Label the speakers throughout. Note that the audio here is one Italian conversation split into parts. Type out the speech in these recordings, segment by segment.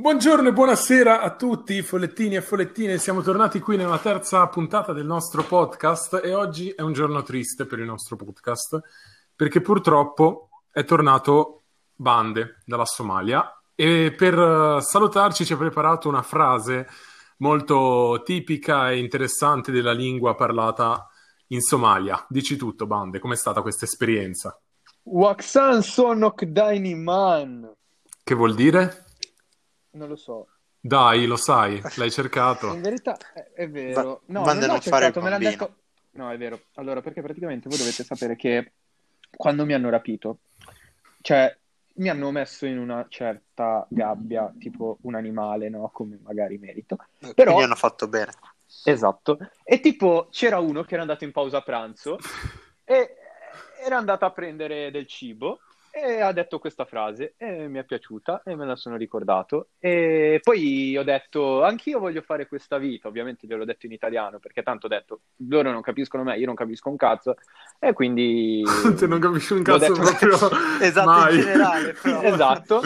Speaker 1: Buongiorno e buonasera a tutti, follettini e follettine. Siamo tornati qui nella terza puntata del nostro podcast e oggi è un giorno triste per il nostro podcast perché purtroppo è tornato Bande dalla Somalia e per eh, salutarci ci ha preparato una frase molto tipica e interessante della lingua parlata in Somalia. Dici tutto, Bande, com'è stata questa esperienza?
Speaker 2: Waxan Sonok Daini Man.
Speaker 1: Che vuol dire?
Speaker 2: Non lo so.
Speaker 1: Dai, lo sai, l'hai cercato.
Speaker 2: In verità è, è vero.
Speaker 3: Ecco. Va-
Speaker 2: No,
Speaker 3: Vanda,
Speaker 2: non l'ho
Speaker 3: non fare il
Speaker 2: cercato, me l'hanno
Speaker 3: bambino.
Speaker 2: detto. No, è vero. Allora, perché praticamente voi dovete sapere che quando mi hanno rapito, cioè mi hanno messo in una certa gabbia, tipo un animale, no? Come magari merito. Però-
Speaker 3: Quindi hanno fatto bene.
Speaker 2: Esatto. E tipo c'era uno che era andato in pausa pranzo e era andato a prendere del cibo e ha detto questa frase e mi è piaciuta e me la sono ricordato. E poi ho detto anch'io voglio fare questa vita, ovviamente gliel'ho detto in italiano perché tanto ho detto loro non capiscono me, io non capisco un cazzo e quindi
Speaker 1: Te non capisci un
Speaker 2: L'ho
Speaker 1: cazzo
Speaker 2: detto-
Speaker 1: proprio.
Speaker 3: Esatto,
Speaker 1: mai.
Speaker 3: in generale, però.
Speaker 2: Esatto,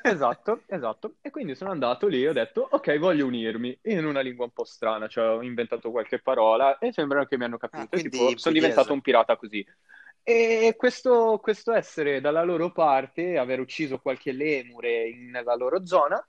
Speaker 2: esatto, esatto. E quindi sono andato lì e ho detto, ok, voglio unirmi in una lingua un po' strana, cioè ho inventato qualche parola e sembrano che mi hanno capito,
Speaker 3: Ah, quindi
Speaker 2: tipo, sono
Speaker 3: pugliese.
Speaker 2: diventato un pirata così. E questo, questo essere dalla loro parte, aver ucciso qualche lemure in- nella loro zona,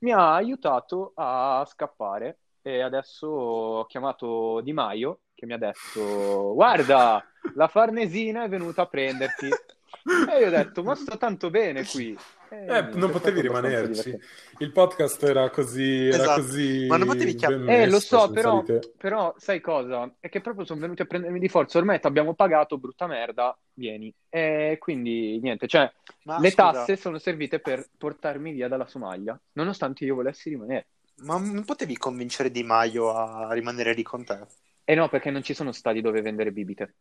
Speaker 2: mi ha aiutato a scappare. E adesso ho chiamato Di Maio, che mi ha detto, guarda, la Farnesina è venuta a prenderti. E io ho detto, ma sto tanto bene qui. E
Speaker 1: Eh,
Speaker 2: niente,
Speaker 1: non
Speaker 2: è
Speaker 1: potevi
Speaker 2: stato abbastanza
Speaker 1: rimanerci.
Speaker 2: divertente.
Speaker 1: Il podcast era così. Era
Speaker 3: Esatto.
Speaker 1: così
Speaker 3: Ma non potevi chiam-
Speaker 1: ben
Speaker 2: Eh,
Speaker 1: messo
Speaker 2: lo so,
Speaker 1: senza
Speaker 2: però,
Speaker 1: di te.
Speaker 2: però sai cosa? È che proprio sono venuti a prendermi di forza. Ormai ti abbiamo pagato, brutta merda, vieni. E quindi niente, cioè,
Speaker 3: Ma,
Speaker 2: le
Speaker 3: Ah, scusa,
Speaker 2: tasse sono servite per portarmi via dalla Somalia, nonostante io volessi rimanere.
Speaker 3: Ma non potevi convincere Di Maio a rimanere lì con
Speaker 2: Eh,
Speaker 3: te?
Speaker 2: E no, perché non ci sono stati dove vendere bibite.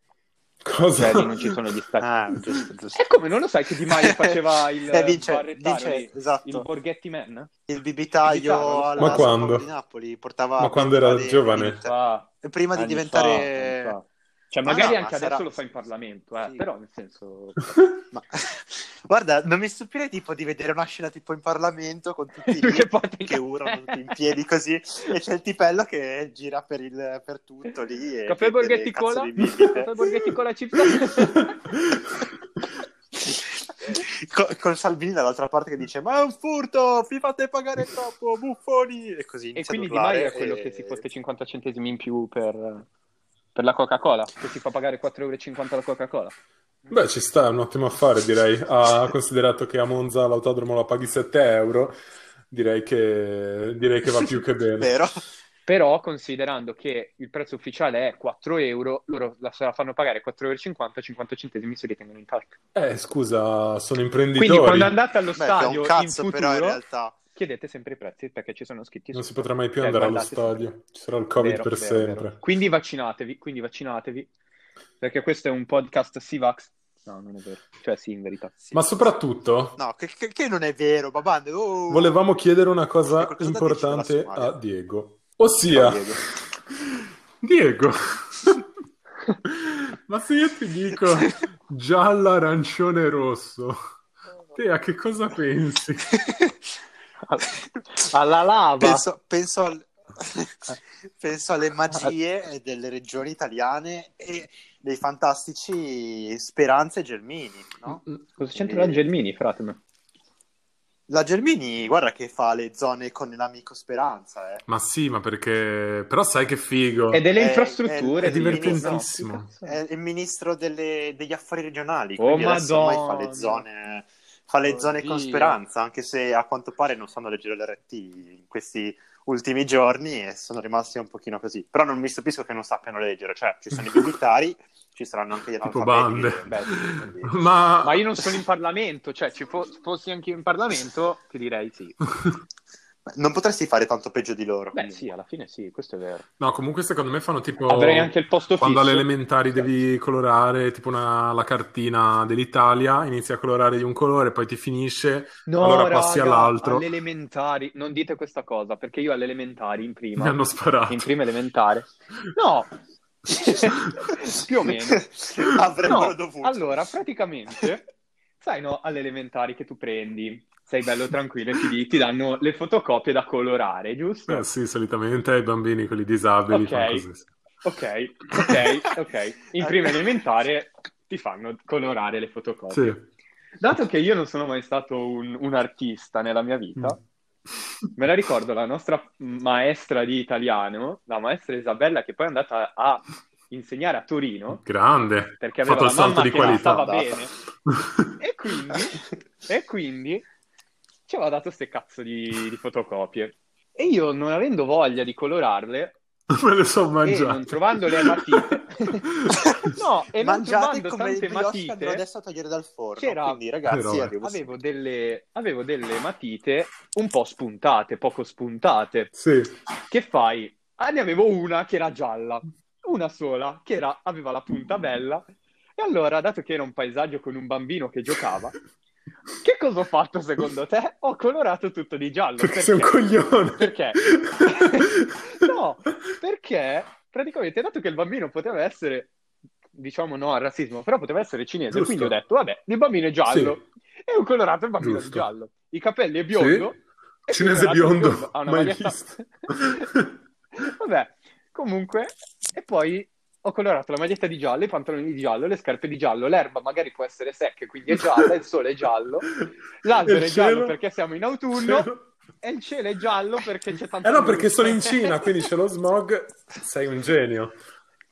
Speaker 1: Cosa?
Speaker 2: Cioè, lì non ci sono gli stati.
Speaker 3: Ah, giusto, giusto.
Speaker 2: E come, non lo sai che Di Maio faceva il
Speaker 3: Eh, vince,
Speaker 2: barrettaro
Speaker 3: vince-
Speaker 2: lì?
Speaker 3: esatto.
Speaker 2: Il Borghetti Man?
Speaker 3: Il
Speaker 2: il bibitaio,
Speaker 3: bibitaio alla
Speaker 1: Ma quando?
Speaker 3: Scopoli di Napoli portava
Speaker 1: Ma quando era
Speaker 3: portava dei-
Speaker 1: giovane?
Speaker 3: dei-
Speaker 2: Fa-
Speaker 3: prima di
Speaker 2: anni
Speaker 3: diventare
Speaker 2: fa, anni fa. Cioè,
Speaker 3: Ma
Speaker 2: magari
Speaker 3: no,
Speaker 2: anche
Speaker 3: ma
Speaker 2: adesso
Speaker 3: sarà-
Speaker 2: lo fa in Parlamento, eh,
Speaker 3: Sì.
Speaker 2: però nel senso...
Speaker 3: Ma- Guarda, non mi stupirei tipo di vedere una scena tipo in Parlamento con tutti lì
Speaker 2: Che
Speaker 3: che,
Speaker 2: fate-
Speaker 3: urlano tutti in piedi così e c'è il tipello che gira per, il, per tutto lì. E
Speaker 2: Caffè Borghetti
Speaker 3: vende cazzo
Speaker 2: Cola?
Speaker 3: di bibite.
Speaker 2: Caffè Borghetti Cola Chips?
Speaker 3: Co- con Salvini dall'altra parte che dice ma è un furto, vi fate pagare troppo, buffoni e così
Speaker 2: E
Speaker 3: inizia
Speaker 2: quindi
Speaker 3: ad
Speaker 2: Di Maio è
Speaker 3: urlare
Speaker 2: quello
Speaker 3: e-
Speaker 2: che si fotte 50 centesimi in più per, per la Coca-Cola, che si fa pagare 4,50 euro la Coca-Cola.
Speaker 1: Beh, ci sta, è un ottimo affare, direi. Ha considerato che a Monza l'autodromo la paghi 7 euro, direi che, direi che va più che bene.
Speaker 3: Vero?
Speaker 2: Però, considerando che il prezzo ufficiale è 4 euro, loro la, se la fanno pagare 4,50 euro, 50 centesimi se li tengono in tasca.
Speaker 1: Eh, scusa, sono imprenditori.
Speaker 2: Quindi quando andate allo
Speaker 3: Beh, che è
Speaker 2: stadio
Speaker 3: un
Speaker 2: in
Speaker 3: cazzo però in
Speaker 2: futuro,
Speaker 3: realtà.
Speaker 2: chiedete sempre i prezzi perché ci sono scritti
Speaker 1: Non si
Speaker 2: sopra.
Speaker 1: potrà mai più
Speaker 2: Cioè,
Speaker 1: andare allo
Speaker 2: guardate
Speaker 1: stadio.
Speaker 2: sempre.
Speaker 1: Ci sarà il Covid
Speaker 2: Vero,
Speaker 1: per
Speaker 2: vero,
Speaker 1: sempre.
Speaker 2: vero. Quindi vaccinatevi, quindi vaccinatevi, perché questo è un podcast Sivax. No, non è vero. Cioè sì, in verità.
Speaker 3: Sì.
Speaker 1: Ma soprattutto,
Speaker 3: No, che, che- che non è vero, Babande. oh!
Speaker 1: volevamo chiedere una
Speaker 3: C'è
Speaker 1: cosa
Speaker 3: qualcosa da
Speaker 1: importante
Speaker 3: dirci dalla
Speaker 1: a
Speaker 3: Somalia?
Speaker 1: Diego. Ossia,
Speaker 3: Ciao, Diego.
Speaker 1: Diego, ma se io ti dico giallo, arancione, rosso, te a che cosa pensi? Ah,
Speaker 2: Alla Ah, lava.
Speaker 3: Penso, penso al- penso alle magie delle regioni italiane e dei fantastici Speranza e Germini. no?
Speaker 2: Cosa c'entra la Gelmini, frate? me?
Speaker 3: La Germini, guarda che fa le zone con l'amico Speranza. eh.
Speaker 1: Ma sì, ma perché... Però sai che figo.
Speaker 2: E delle
Speaker 3: È-
Speaker 2: infrastrutture.
Speaker 3: è-
Speaker 1: Oh. è
Speaker 2: sì,
Speaker 1: divertentissimo.
Speaker 2: no, sì,
Speaker 3: È
Speaker 2: cazzo.
Speaker 3: il ministro delle- degli affari regionali.
Speaker 2: Oh,
Speaker 3: quindi adesso ormai fa
Speaker 2: Madonna. Oh,
Speaker 3: le zone, fa le zone con
Speaker 2: Oddio.
Speaker 3: Speranza, anche se a quanto pare non sanno leggere l'RT in questi ultimi giorni e sono rimasti un pochino così. Però non mi stupisco che non sappiano leggere, cioè ci sono i militari, ci saranno anche gli
Speaker 1: Tipo
Speaker 3: analfabeti,
Speaker 1: bande.
Speaker 3: beh, sì, quindi-
Speaker 1: Ma...
Speaker 2: Ma io non sono in Parlamento, cioè ci fo- fossi anche io in Parlamento, ti direi sì.
Speaker 3: Non potresti fare tanto peggio di loro.
Speaker 2: Beh
Speaker 3: quindi.
Speaker 2: sì, alla fine sì, questo è vero.
Speaker 1: No, comunque secondo me fanno tipo...
Speaker 2: Avrei anche il posto
Speaker 1: Oh, Quando alle
Speaker 2: fisso.
Speaker 1: elementari devi colorare tipo una- la cartina dell'Italia, inizi a colorare di un colore, poi ti finisce.
Speaker 2: No,
Speaker 1: Allora passi
Speaker 2: raga,
Speaker 1: all'altro.
Speaker 2: Alle elementari, non dite questa cosa, perché io alle elementari in prima,
Speaker 1: Mi hanno sparato.
Speaker 2: in prima elementare. No, più o meno.
Speaker 3: Avrebbero
Speaker 2: No,
Speaker 3: dovuto.
Speaker 2: Allora, praticamente, sai no, alle elementari che tu prendi sei bello tranquillo e ti, di- ti danno le fotocopie da colorare, giusto?
Speaker 1: Eh, sì, solitamente ai bambini, quelli disabili,
Speaker 2: Ok.
Speaker 1: fanno così.
Speaker 2: Ok, ok, ok. In prima elementare ti fanno colorare le fotocopie.
Speaker 1: Sì.
Speaker 2: Dato che io non sono mai stato un, un artista nella mia vita,
Speaker 1: Mm.
Speaker 3: Mm.
Speaker 2: me la ricordo la nostra maestra di italiano, la maestra Isabella, che poi è andata a insegnare a Torino,
Speaker 1: Grande.
Speaker 2: perché
Speaker 1: Ha fatto
Speaker 2: aveva
Speaker 1: il
Speaker 2: la mamma
Speaker 1: salto di
Speaker 2: che non
Speaker 1: qualità.
Speaker 2: stava bene. E quindi, e quindi ci aveva dato ste cazzo di, di fotocopie. E io, non avendo voglia di colorarle,
Speaker 1: Me le sono mangiate.
Speaker 2: non trovando le matite. no, e non
Speaker 3: Mangiate
Speaker 2: trovando
Speaker 3: come il
Speaker 2: tante
Speaker 3: brioche che andrò
Speaker 2: matite,
Speaker 3: adesso a togliere dal forno.
Speaker 2: C'era-
Speaker 3: Quindi, ragazzi,
Speaker 1: Però, eh.
Speaker 3: arrivo
Speaker 2: avevo delle, avevo delle matite un po' spuntate, poco spuntate.
Speaker 1: Sì.
Speaker 2: Che fai? Ah, ne avevo una che era gialla, una sola che era- aveva la punta bella. E allora, dato che era un paesaggio con un bambino che giocava, che cosa ho fatto secondo te? Ho colorato tutto di giallo.
Speaker 1: Perché sei un coglione.
Speaker 2: Perché? No, perché praticamente, dato che il bambino poteva essere, diciamo no al razzismo, però poteva essere cinese,
Speaker 1: Giusto.
Speaker 2: quindi ho detto, vabbè, il bambino è giallo, e ho colorato il bambino di
Speaker 1: Giusto.
Speaker 2: giallo. I capelli è biondo. Eh,
Speaker 1: Sì.
Speaker 2: e
Speaker 1: Cinese
Speaker 2: colorato di
Speaker 1: biondo,
Speaker 2: Ha Ah, una
Speaker 1: mai
Speaker 2: maglietta-
Speaker 1: visto.
Speaker 2: vabbè, comunque, e poi ho colorato la maglietta di giallo, i pantaloni di giallo, le scarpe di giallo, l'erba magari può essere secca, quindi è gialla, il sole è giallo, l'albero
Speaker 1: Il
Speaker 2: è giallo
Speaker 1: cielo-
Speaker 2: perché siamo in autunno,
Speaker 1: cielo-
Speaker 2: e il cielo è giallo perché c'è tanta
Speaker 1: Eh no,
Speaker 2: luce.
Speaker 1: perché sono in Cina, quindi c'è lo smog. Sei un genio.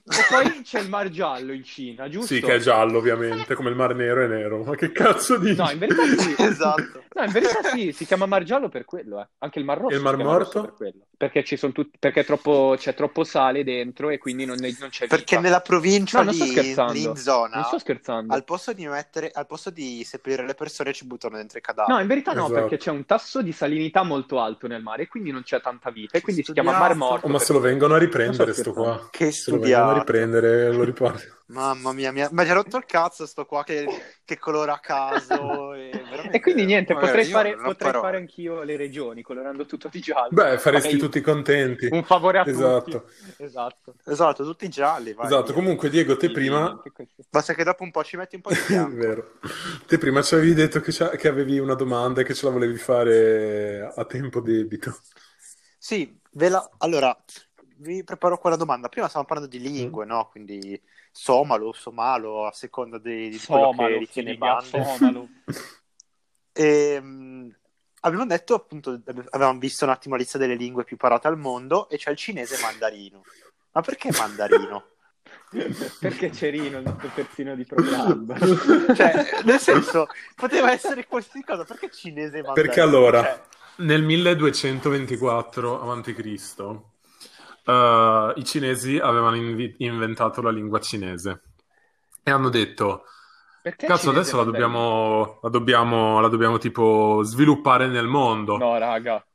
Speaker 2: E poi c'è il mar giallo in Cina, giusto?
Speaker 1: Sì, che è giallo, ovviamente, come il mar nero è nero. Ma che cazzo dici?
Speaker 2: No, in verità sì.
Speaker 3: esatto.
Speaker 2: No, in verità sì, si chiama mar giallo per quello, eh. Anche il mar rosso
Speaker 1: E il Mar
Speaker 2: si chiama rosso
Speaker 1: Morto?
Speaker 2: per quello. Perché, ci sono tutti- perché è troppo- c'è troppo sale dentro e quindi non, non c'è vita.
Speaker 3: Perché nella provincia
Speaker 2: No, non sto
Speaker 3: lì-
Speaker 2: scherzando.
Speaker 3: lì in zona
Speaker 2: Non sto scherzando.
Speaker 3: al posto di mettere al posto di seppellire le persone ci buttano dentro i cadaveri.
Speaker 2: No, in verità no,
Speaker 1: Esatto.
Speaker 2: perché c'è un tasso di salinità molto alto nel mare e quindi non c'è tanta vita e quindi si chiama mar
Speaker 3: Studiato.
Speaker 2: morto.
Speaker 1: Oh, ma se lo vengono a riprendere,
Speaker 2: Non so
Speaker 1: sto qua.
Speaker 3: Che
Speaker 1: Se lo vengono a
Speaker 3: studiato.
Speaker 1: riprendere, lo riporto.
Speaker 3: Mamma mia, mi ha mi ha già rotto il cazzo sto qua che, che colora a caso. E, veramente-
Speaker 2: E quindi niente,
Speaker 3: Guarda,
Speaker 2: potrei,
Speaker 3: io
Speaker 2: fare,
Speaker 3: non ho
Speaker 2: potrei
Speaker 3: parole.
Speaker 2: fare anch'io le regioni colorando tutto di giallo.
Speaker 1: Beh, faresti
Speaker 2: Vabbè,
Speaker 1: tutti contenti.
Speaker 2: Un favore a
Speaker 1: Esatto.
Speaker 2: tutti. Esatto.
Speaker 3: Esatto, tutti gialli. Vai,
Speaker 1: Esatto,
Speaker 3: via.
Speaker 1: comunque Diego, te
Speaker 2: Sì,
Speaker 1: prima...
Speaker 2: anche questo.
Speaker 3: Basta che dopo un po' ci metti un po' di
Speaker 1: È
Speaker 3: tempo.
Speaker 1: vero. Te prima ci avevi detto che, c'ha- che avevi una domanda e che ce la volevi fare a tempo debito.
Speaker 3: Sì, ve la- allora vi preparo quella domanda. Prima stavamo parlando di lingue,
Speaker 1: Mm.
Speaker 3: no? Quindi somalo, somalo, a seconda di, di quello che
Speaker 2: Somalo,
Speaker 3: ritiene
Speaker 2: figa,
Speaker 3: bando.
Speaker 2: somalo.
Speaker 3: Ehm, abbiamo detto appunto, avevamo visto un attimo la lista delle lingue più parlate al mondo e c'è il cinese mandarino. Ma perché mandarino?
Speaker 2: Perché Cerino, il nostro terzino di programma.
Speaker 3: cioè, nel senso, poteva essere qualsiasi cosa, perché cinese mandarino?
Speaker 1: Perché allora,
Speaker 3: Cioè,
Speaker 1: nel 1224 a.C., eh, i cinesi avevano invi- inventato la lingua cinese e hanno detto:
Speaker 2: Perché
Speaker 1: Cazzo,
Speaker 2: cinese
Speaker 1: adesso la
Speaker 2: mandarino?
Speaker 1: dobbiamo, la dobbiamo, la dobbiamo tipo sviluppare nel mondo,
Speaker 2: No, raga.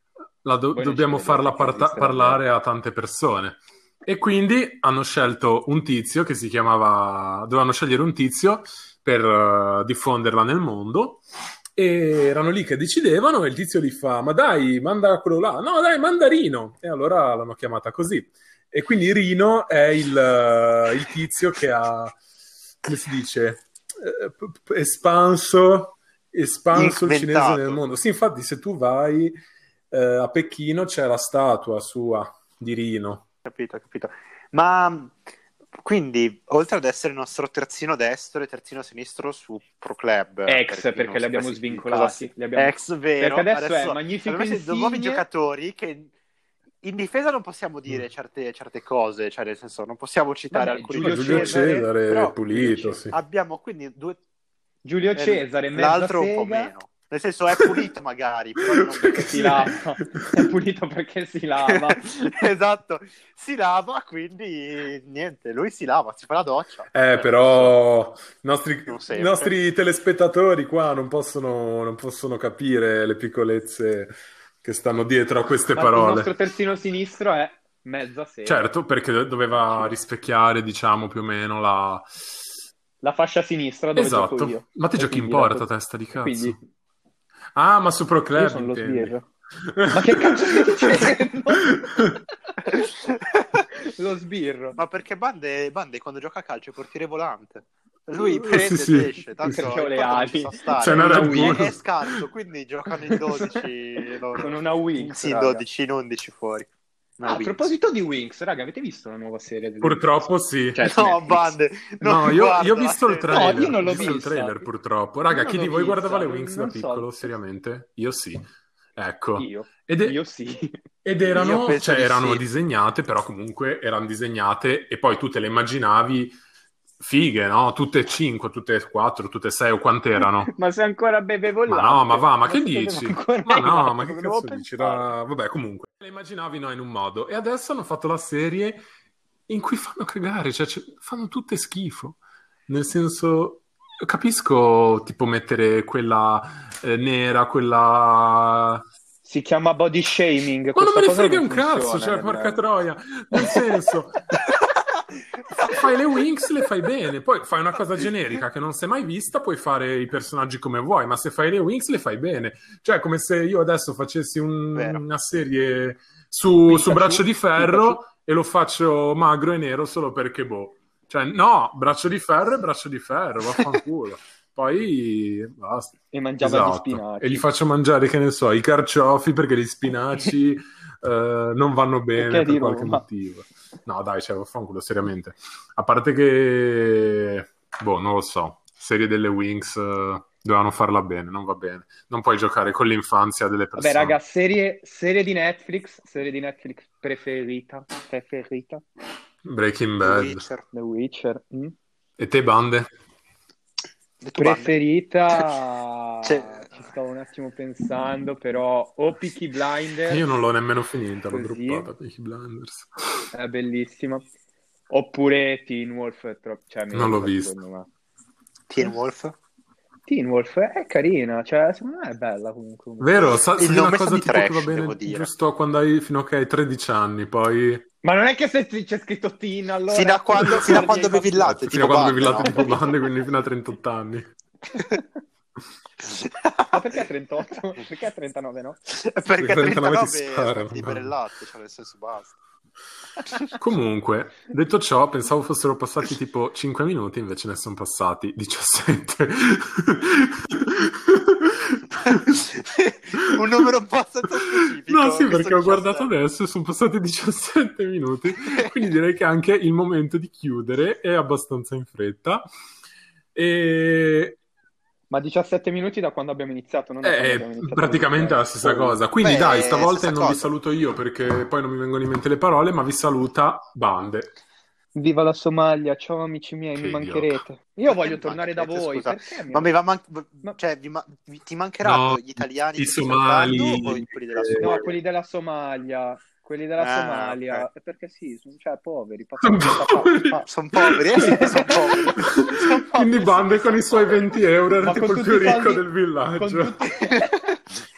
Speaker 1: La do-
Speaker 2: Voi non
Speaker 1: dobbiamo
Speaker 2: ci credete
Speaker 1: farla
Speaker 2: che
Speaker 1: parta-
Speaker 2: esiste
Speaker 1: parlare a tante persone. E quindi hanno scelto un tizio che si chiamava, dovevano scegliere un tizio per eh, diffonderla nel mondo e erano lì che decidevano e il tizio gli fa ma dai manda quello là no dai mandarino e allora l'hanno chiamata così e quindi Rino è il, eh, il tizio che ha come si dice eh, p- p- espanso espanso il cinese
Speaker 3: Inventato.
Speaker 1: nel mondo sì infatti se tu vai eh, a Pechino c'è la statua sua di Rino
Speaker 3: Capito, capito. Ma quindi, oltre ad essere il nostro terzino destro e terzino sinistro su Pro Club,
Speaker 2: Ex,
Speaker 3: per chi
Speaker 2: Eh, perché
Speaker 3: non
Speaker 2: li
Speaker 3: sapesse
Speaker 2: abbiamo
Speaker 3: di
Speaker 2: svincolati,
Speaker 3: cosa si-
Speaker 2: li abbiamo-
Speaker 3: Ex, vero.
Speaker 2: Perché eh, adesso è
Speaker 3: abbiamo
Speaker 2: Magnifico
Speaker 3: messo due nuovi
Speaker 2: Insigne.
Speaker 3: giocatori che in difesa non possiamo dire certe, certe cose, cioè nel senso non possiamo citare
Speaker 2: Mm. Vabbè,
Speaker 3: alcuni
Speaker 2: Giulio
Speaker 1: Giulio
Speaker 2: Cesare,
Speaker 1: Cesare
Speaker 3: però-
Speaker 1: pulito sì.
Speaker 3: Abbiamo quindi due...
Speaker 2: Giulio Cesare, mezza
Speaker 3: L'altro un po'
Speaker 2: sega,
Speaker 3: meno. Nel senso è pulito magari, però non
Speaker 2: Si lava. È pulito perché si lava.
Speaker 3: esatto, si lava, quindi niente, lui si lava, si fa la doccia.
Speaker 1: Eh, però i nostri,
Speaker 3: Non sempre.
Speaker 1: i nostri telespettatori qua non possono, non possono capire le piccolezze che stanno dietro a queste
Speaker 2: Il
Speaker 1: parole.
Speaker 2: nostro terzino sinistro è mezza sega.
Speaker 1: Certo, perché do- doveva rispecchiare, diciamo, più o meno la...
Speaker 2: La fascia sinistra dove gioco io.
Speaker 1: Esatto. Ma te
Speaker 2: E
Speaker 1: giochi in
Speaker 2: quindi la
Speaker 1: porta,
Speaker 2: pos-
Speaker 1: testa di cazzo.
Speaker 2: Quindi
Speaker 1: Ah, ma su Pro Club
Speaker 2: io sono lo
Speaker 1: intendi.
Speaker 2: sbirro. Ma che cazzo stai dicendo? lo sbirro.
Speaker 3: Ma perché Bande, Bande quando gioca a calcio è portiere volante. Lui prende
Speaker 1: sì.
Speaker 3: ed esce, tanto
Speaker 2: Perché
Speaker 3: il
Speaker 2: ho le
Speaker 3: quarto non
Speaker 2: ali.
Speaker 3: ci sa stare.
Speaker 1: Cioè, non era uno.
Speaker 3: è scarso, quindi giocano in 12, loro.
Speaker 2: con una Winx.
Speaker 3: sì, in
Speaker 2: raga.
Speaker 3: 12, in 11 fuori. Una
Speaker 2: Ah, a
Speaker 3: Winx.
Speaker 2: proposito di Winx, raga, avete visto la nuova serie? delle
Speaker 1: Purtroppo sì.
Speaker 2: Winx? Cioè, su
Speaker 3: No,
Speaker 2: Netflix.
Speaker 3: bande.
Speaker 1: No,
Speaker 3: non
Speaker 1: io,
Speaker 3: guarda. eh.
Speaker 1: io ho visto il trailer.
Speaker 2: No, io non l'ho
Speaker 1: ho visto il
Speaker 2: vista.
Speaker 1: trailer, purtroppo. Raga,
Speaker 2: Io
Speaker 1: chi
Speaker 2: non
Speaker 1: di
Speaker 2: l'ho
Speaker 1: voi
Speaker 2: vista,
Speaker 1: guardava le
Speaker 2: non-
Speaker 1: Wings da
Speaker 2: non so.
Speaker 1: piccolo, seriamente? Io sì. Ecco.
Speaker 2: Io,
Speaker 1: Ed, è-
Speaker 2: io sì.
Speaker 1: ed erano,
Speaker 3: Io penso
Speaker 1: cioè,
Speaker 3: di
Speaker 1: erano
Speaker 3: sì.
Speaker 1: disegnate, però comunque erano disegnate e poi tu te le immaginavi fighe, no? Tutte e cinque, tutte e quatto, tutte e sei o quante erano?
Speaker 2: Ma se ancora bevevo il
Speaker 1: Ma
Speaker 2: latte.
Speaker 1: no, ma va, ma
Speaker 2: Non
Speaker 1: che
Speaker 2: sapevo
Speaker 1: dici?
Speaker 2: ancora
Speaker 1: Ma
Speaker 2: il latte,
Speaker 1: no, ma che
Speaker 2: dovevo
Speaker 1: cazzo dici?
Speaker 2: pensare.
Speaker 1: Da- Vabbè, comunque. Le immaginavi no in un modo e adesso hanno fatto la serie in cui fanno cagare, cioè c- fanno tutte schifo. Nel senso, capisco tipo mettere quella eh, nera, quella...
Speaker 2: Si chiama body shaming.
Speaker 1: Ma non me
Speaker 2: questa
Speaker 1: ne
Speaker 2: cosa
Speaker 1: frega
Speaker 2: non
Speaker 1: un cazzo,
Speaker 2: funziona
Speaker 1: cioè,
Speaker 2: nel-
Speaker 1: porca troia. Nel senso, fai le Winx, le fai bene, poi fai una cosa generica che non si è mai vista, puoi fare i personaggi come vuoi, ma se fai le Winx le fai bene. Cioè, come se io adesso facessi un-
Speaker 3: Vero.
Speaker 1: una serie su, su
Speaker 2: Pikachu,
Speaker 1: Braccio di Ferro
Speaker 2: Pikachu.
Speaker 1: e lo faccio magro e nero solo perché boh. Cioè, no, Braccio di Ferro è Braccio di Ferro, vaffanculo. Poi basta.
Speaker 2: E mangiava gli
Speaker 1: Esatto.
Speaker 2: spinaci.
Speaker 1: E gli faccio mangiare, che ne so, i carciofi perché gli spinaci eh, non vanno bene
Speaker 2: Perché
Speaker 1: per
Speaker 2: di
Speaker 1: qualche
Speaker 2: Roma?
Speaker 1: motivo. No, dai, cioè, vaffanculo, seriamente. A parte che, boh, non lo so, serie delle Wings eh, dovevano farla bene, non va bene. Non puoi giocare con l'infanzia delle
Speaker 2: Vabbè,
Speaker 1: persone.
Speaker 2: raga, serie, serie di Netflix, serie di Netflix preferita, preferita,
Speaker 1: Breaking
Speaker 3: The
Speaker 1: Bad.
Speaker 3: Witcher.
Speaker 2: The Witcher. mm?
Speaker 1: E te, bande?
Speaker 3: Le tue
Speaker 2: Preferita,
Speaker 3: Cioè-
Speaker 2: ci stavo un attimo pensando, però o Peaky Blinders,
Speaker 1: Io non l'ho nemmeno finita, l'ho
Speaker 2: Eh, Così.
Speaker 1: droppata, Peaky Blinders.
Speaker 2: è eh, bellissima, oppure Teen Wolf, è troppo- cioè,
Speaker 1: Non l'ho
Speaker 2: merita,
Speaker 1: vista.
Speaker 2: secondo me.
Speaker 3: bande. Teen Wolf.
Speaker 2: Teen Wolf è carina, cioè, secondo me è bella comunque.
Speaker 1: Vero, sa,
Speaker 3: Il
Speaker 1: sai una
Speaker 3: nome
Speaker 1: cosa
Speaker 3: sa di
Speaker 1: tipo che
Speaker 3: trash,
Speaker 1: va bene
Speaker 3: devo dire.
Speaker 1: giusto quando hai, fino a che hai 13 anni, poi...
Speaker 2: Ma non è che se c'è scritto Teen, allora...
Speaker 3: Fino a quando, fino a quando bevi il latte,
Speaker 1: fino a
Speaker 3: tipo
Speaker 1: quando
Speaker 3: bande,
Speaker 1: mi latte
Speaker 3: no?
Speaker 1: tipo bande, quindi fino a 38 anni.
Speaker 2: Ma perché 38? Perché 39, no?
Speaker 3: Perché
Speaker 1: 39
Speaker 3: 39
Speaker 1: ti spara,
Speaker 3: è libero il latte, cioè nel senso basta.
Speaker 1: Comunque, detto ciò, pensavo fossero passati tipo 5 minuti, invece ne sono passati 17.
Speaker 3: Un numero abbastanza specifico,
Speaker 1: No, sì,
Speaker 3: questo diciamo
Speaker 1: perché ho
Speaker 3: 17.
Speaker 1: guardato adesso e sono passati 17 minuti, quindi direi che anche il momento di chiudere è abbastanza in fretta. E
Speaker 2: Ma 17 minuti da quando abbiamo iniziato, non da quando abbiamo
Speaker 1: Eh,
Speaker 2: iniziato
Speaker 1: praticamente è la stessa cosa. Quindi,
Speaker 3: Beh,
Speaker 1: dai, stavolta
Speaker 3: stessa
Speaker 1: non vi
Speaker 3: cosa.
Speaker 1: saluto io perché poi non mi vengono in mente le parole, ma vi saluta Bande.
Speaker 2: Viva la Somalia, ciao amici miei,
Speaker 1: Che
Speaker 2: mi
Speaker 1: idiota.
Speaker 2: mancherete. Io voglio
Speaker 3: mi
Speaker 2: tornare da
Speaker 3: mancherete,
Speaker 2: voi,
Speaker 3: scusa?
Speaker 2: perché mi-
Speaker 3: Ma mi va man-
Speaker 2: Ma-
Speaker 3: cioè, vi ma- vi- ti mancheranno
Speaker 1: No,
Speaker 3: gli italiani
Speaker 1: i
Speaker 3: che ti stanno
Speaker 1: somali. eh,
Speaker 3: parlando o i- quelli della
Speaker 1: No,
Speaker 3: Somalia?
Speaker 2: No, quelli della Somalia, quelli della
Speaker 3: Ah,
Speaker 2: Somalia,
Speaker 3: ok.
Speaker 2: Eh, perché sì, sono, cioè, poveri,
Speaker 1: Sono
Speaker 2: pazzesco.
Speaker 1: poveri.
Speaker 2: Ma-
Speaker 3: Sono poveri, eh sì, sono poveri. Sono
Speaker 1: Quindi,
Speaker 3: poveri,
Speaker 1: Bande con i suoi 20 euro era
Speaker 2: Ma
Speaker 1: tipo
Speaker 2: con
Speaker 1: il
Speaker 2: tutti
Speaker 1: più
Speaker 2: i
Speaker 1: ricco
Speaker 2: soldi-
Speaker 1: del villaggio.
Speaker 2: con tutti-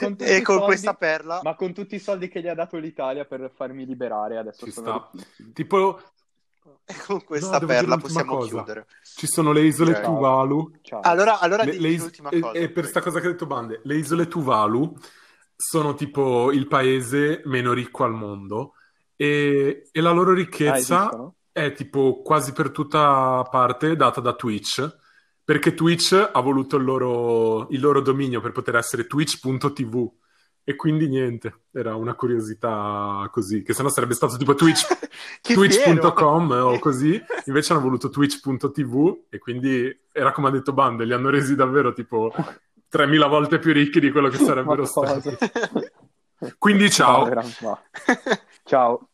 Speaker 2: Con tutti
Speaker 3: e
Speaker 2: i
Speaker 3: con
Speaker 2: soldi-
Speaker 3: questa perla
Speaker 2: Ma con tutti i soldi che gli ha dato l'Italia per farmi liberare, adesso
Speaker 1: Ci
Speaker 2: sono
Speaker 1: sta. Tipo,
Speaker 3: e con questa
Speaker 1: No, devo dire
Speaker 3: perla
Speaker 1: l'ultima
Speaker 3: possiamo
Speaker 1: cosa.
Speaker 3: chiudere.
Speaker 1: ci sono le isole
Speaker 3: Ok.
Speaker 1: Tuvalu.
Speaker 2: Ciao. Ah,
Speaker 3: Allora, allora
Speaker 1: Le-
Speaker 3: dici
Speaker 1: le is-
Speaker 3: l'ultima
Speaker 1: e,
Speaker 3: cosa.
Speaker 1: e per sta cosa che ha detto Bande, le isole Tuvalu sono tipo il paese meno ricco al mondo e, e la loro
Speaker 2: Ah,
Speaker 1: ricchezza
Speaker 2: esistono?
Speaker 1: è tipo quasi per tutta parte data da Twitch, perché Twitch ha voluto il loro, il loro dominio per poter essere twitch.tv. E quindi niente, era una curiosità così, che sennò sarebbe stato tipo Twitch,
Speaker 3: Che
Speaker 1: twitch.com
Speaker 3: fiero.
Speaker 1: o così, invece hanno voluto twitch.tv e quindi era come ha detto Bande, li hanno resi davvero tipo 3000 volte più ricchi di quello che
Speaker 2: Ma
Speaker 1: sarebbero
Speaker 2: cosa?
Speaker 1: stati. Quindi ciao.
Speaker 2: Povera, ma- Ciao.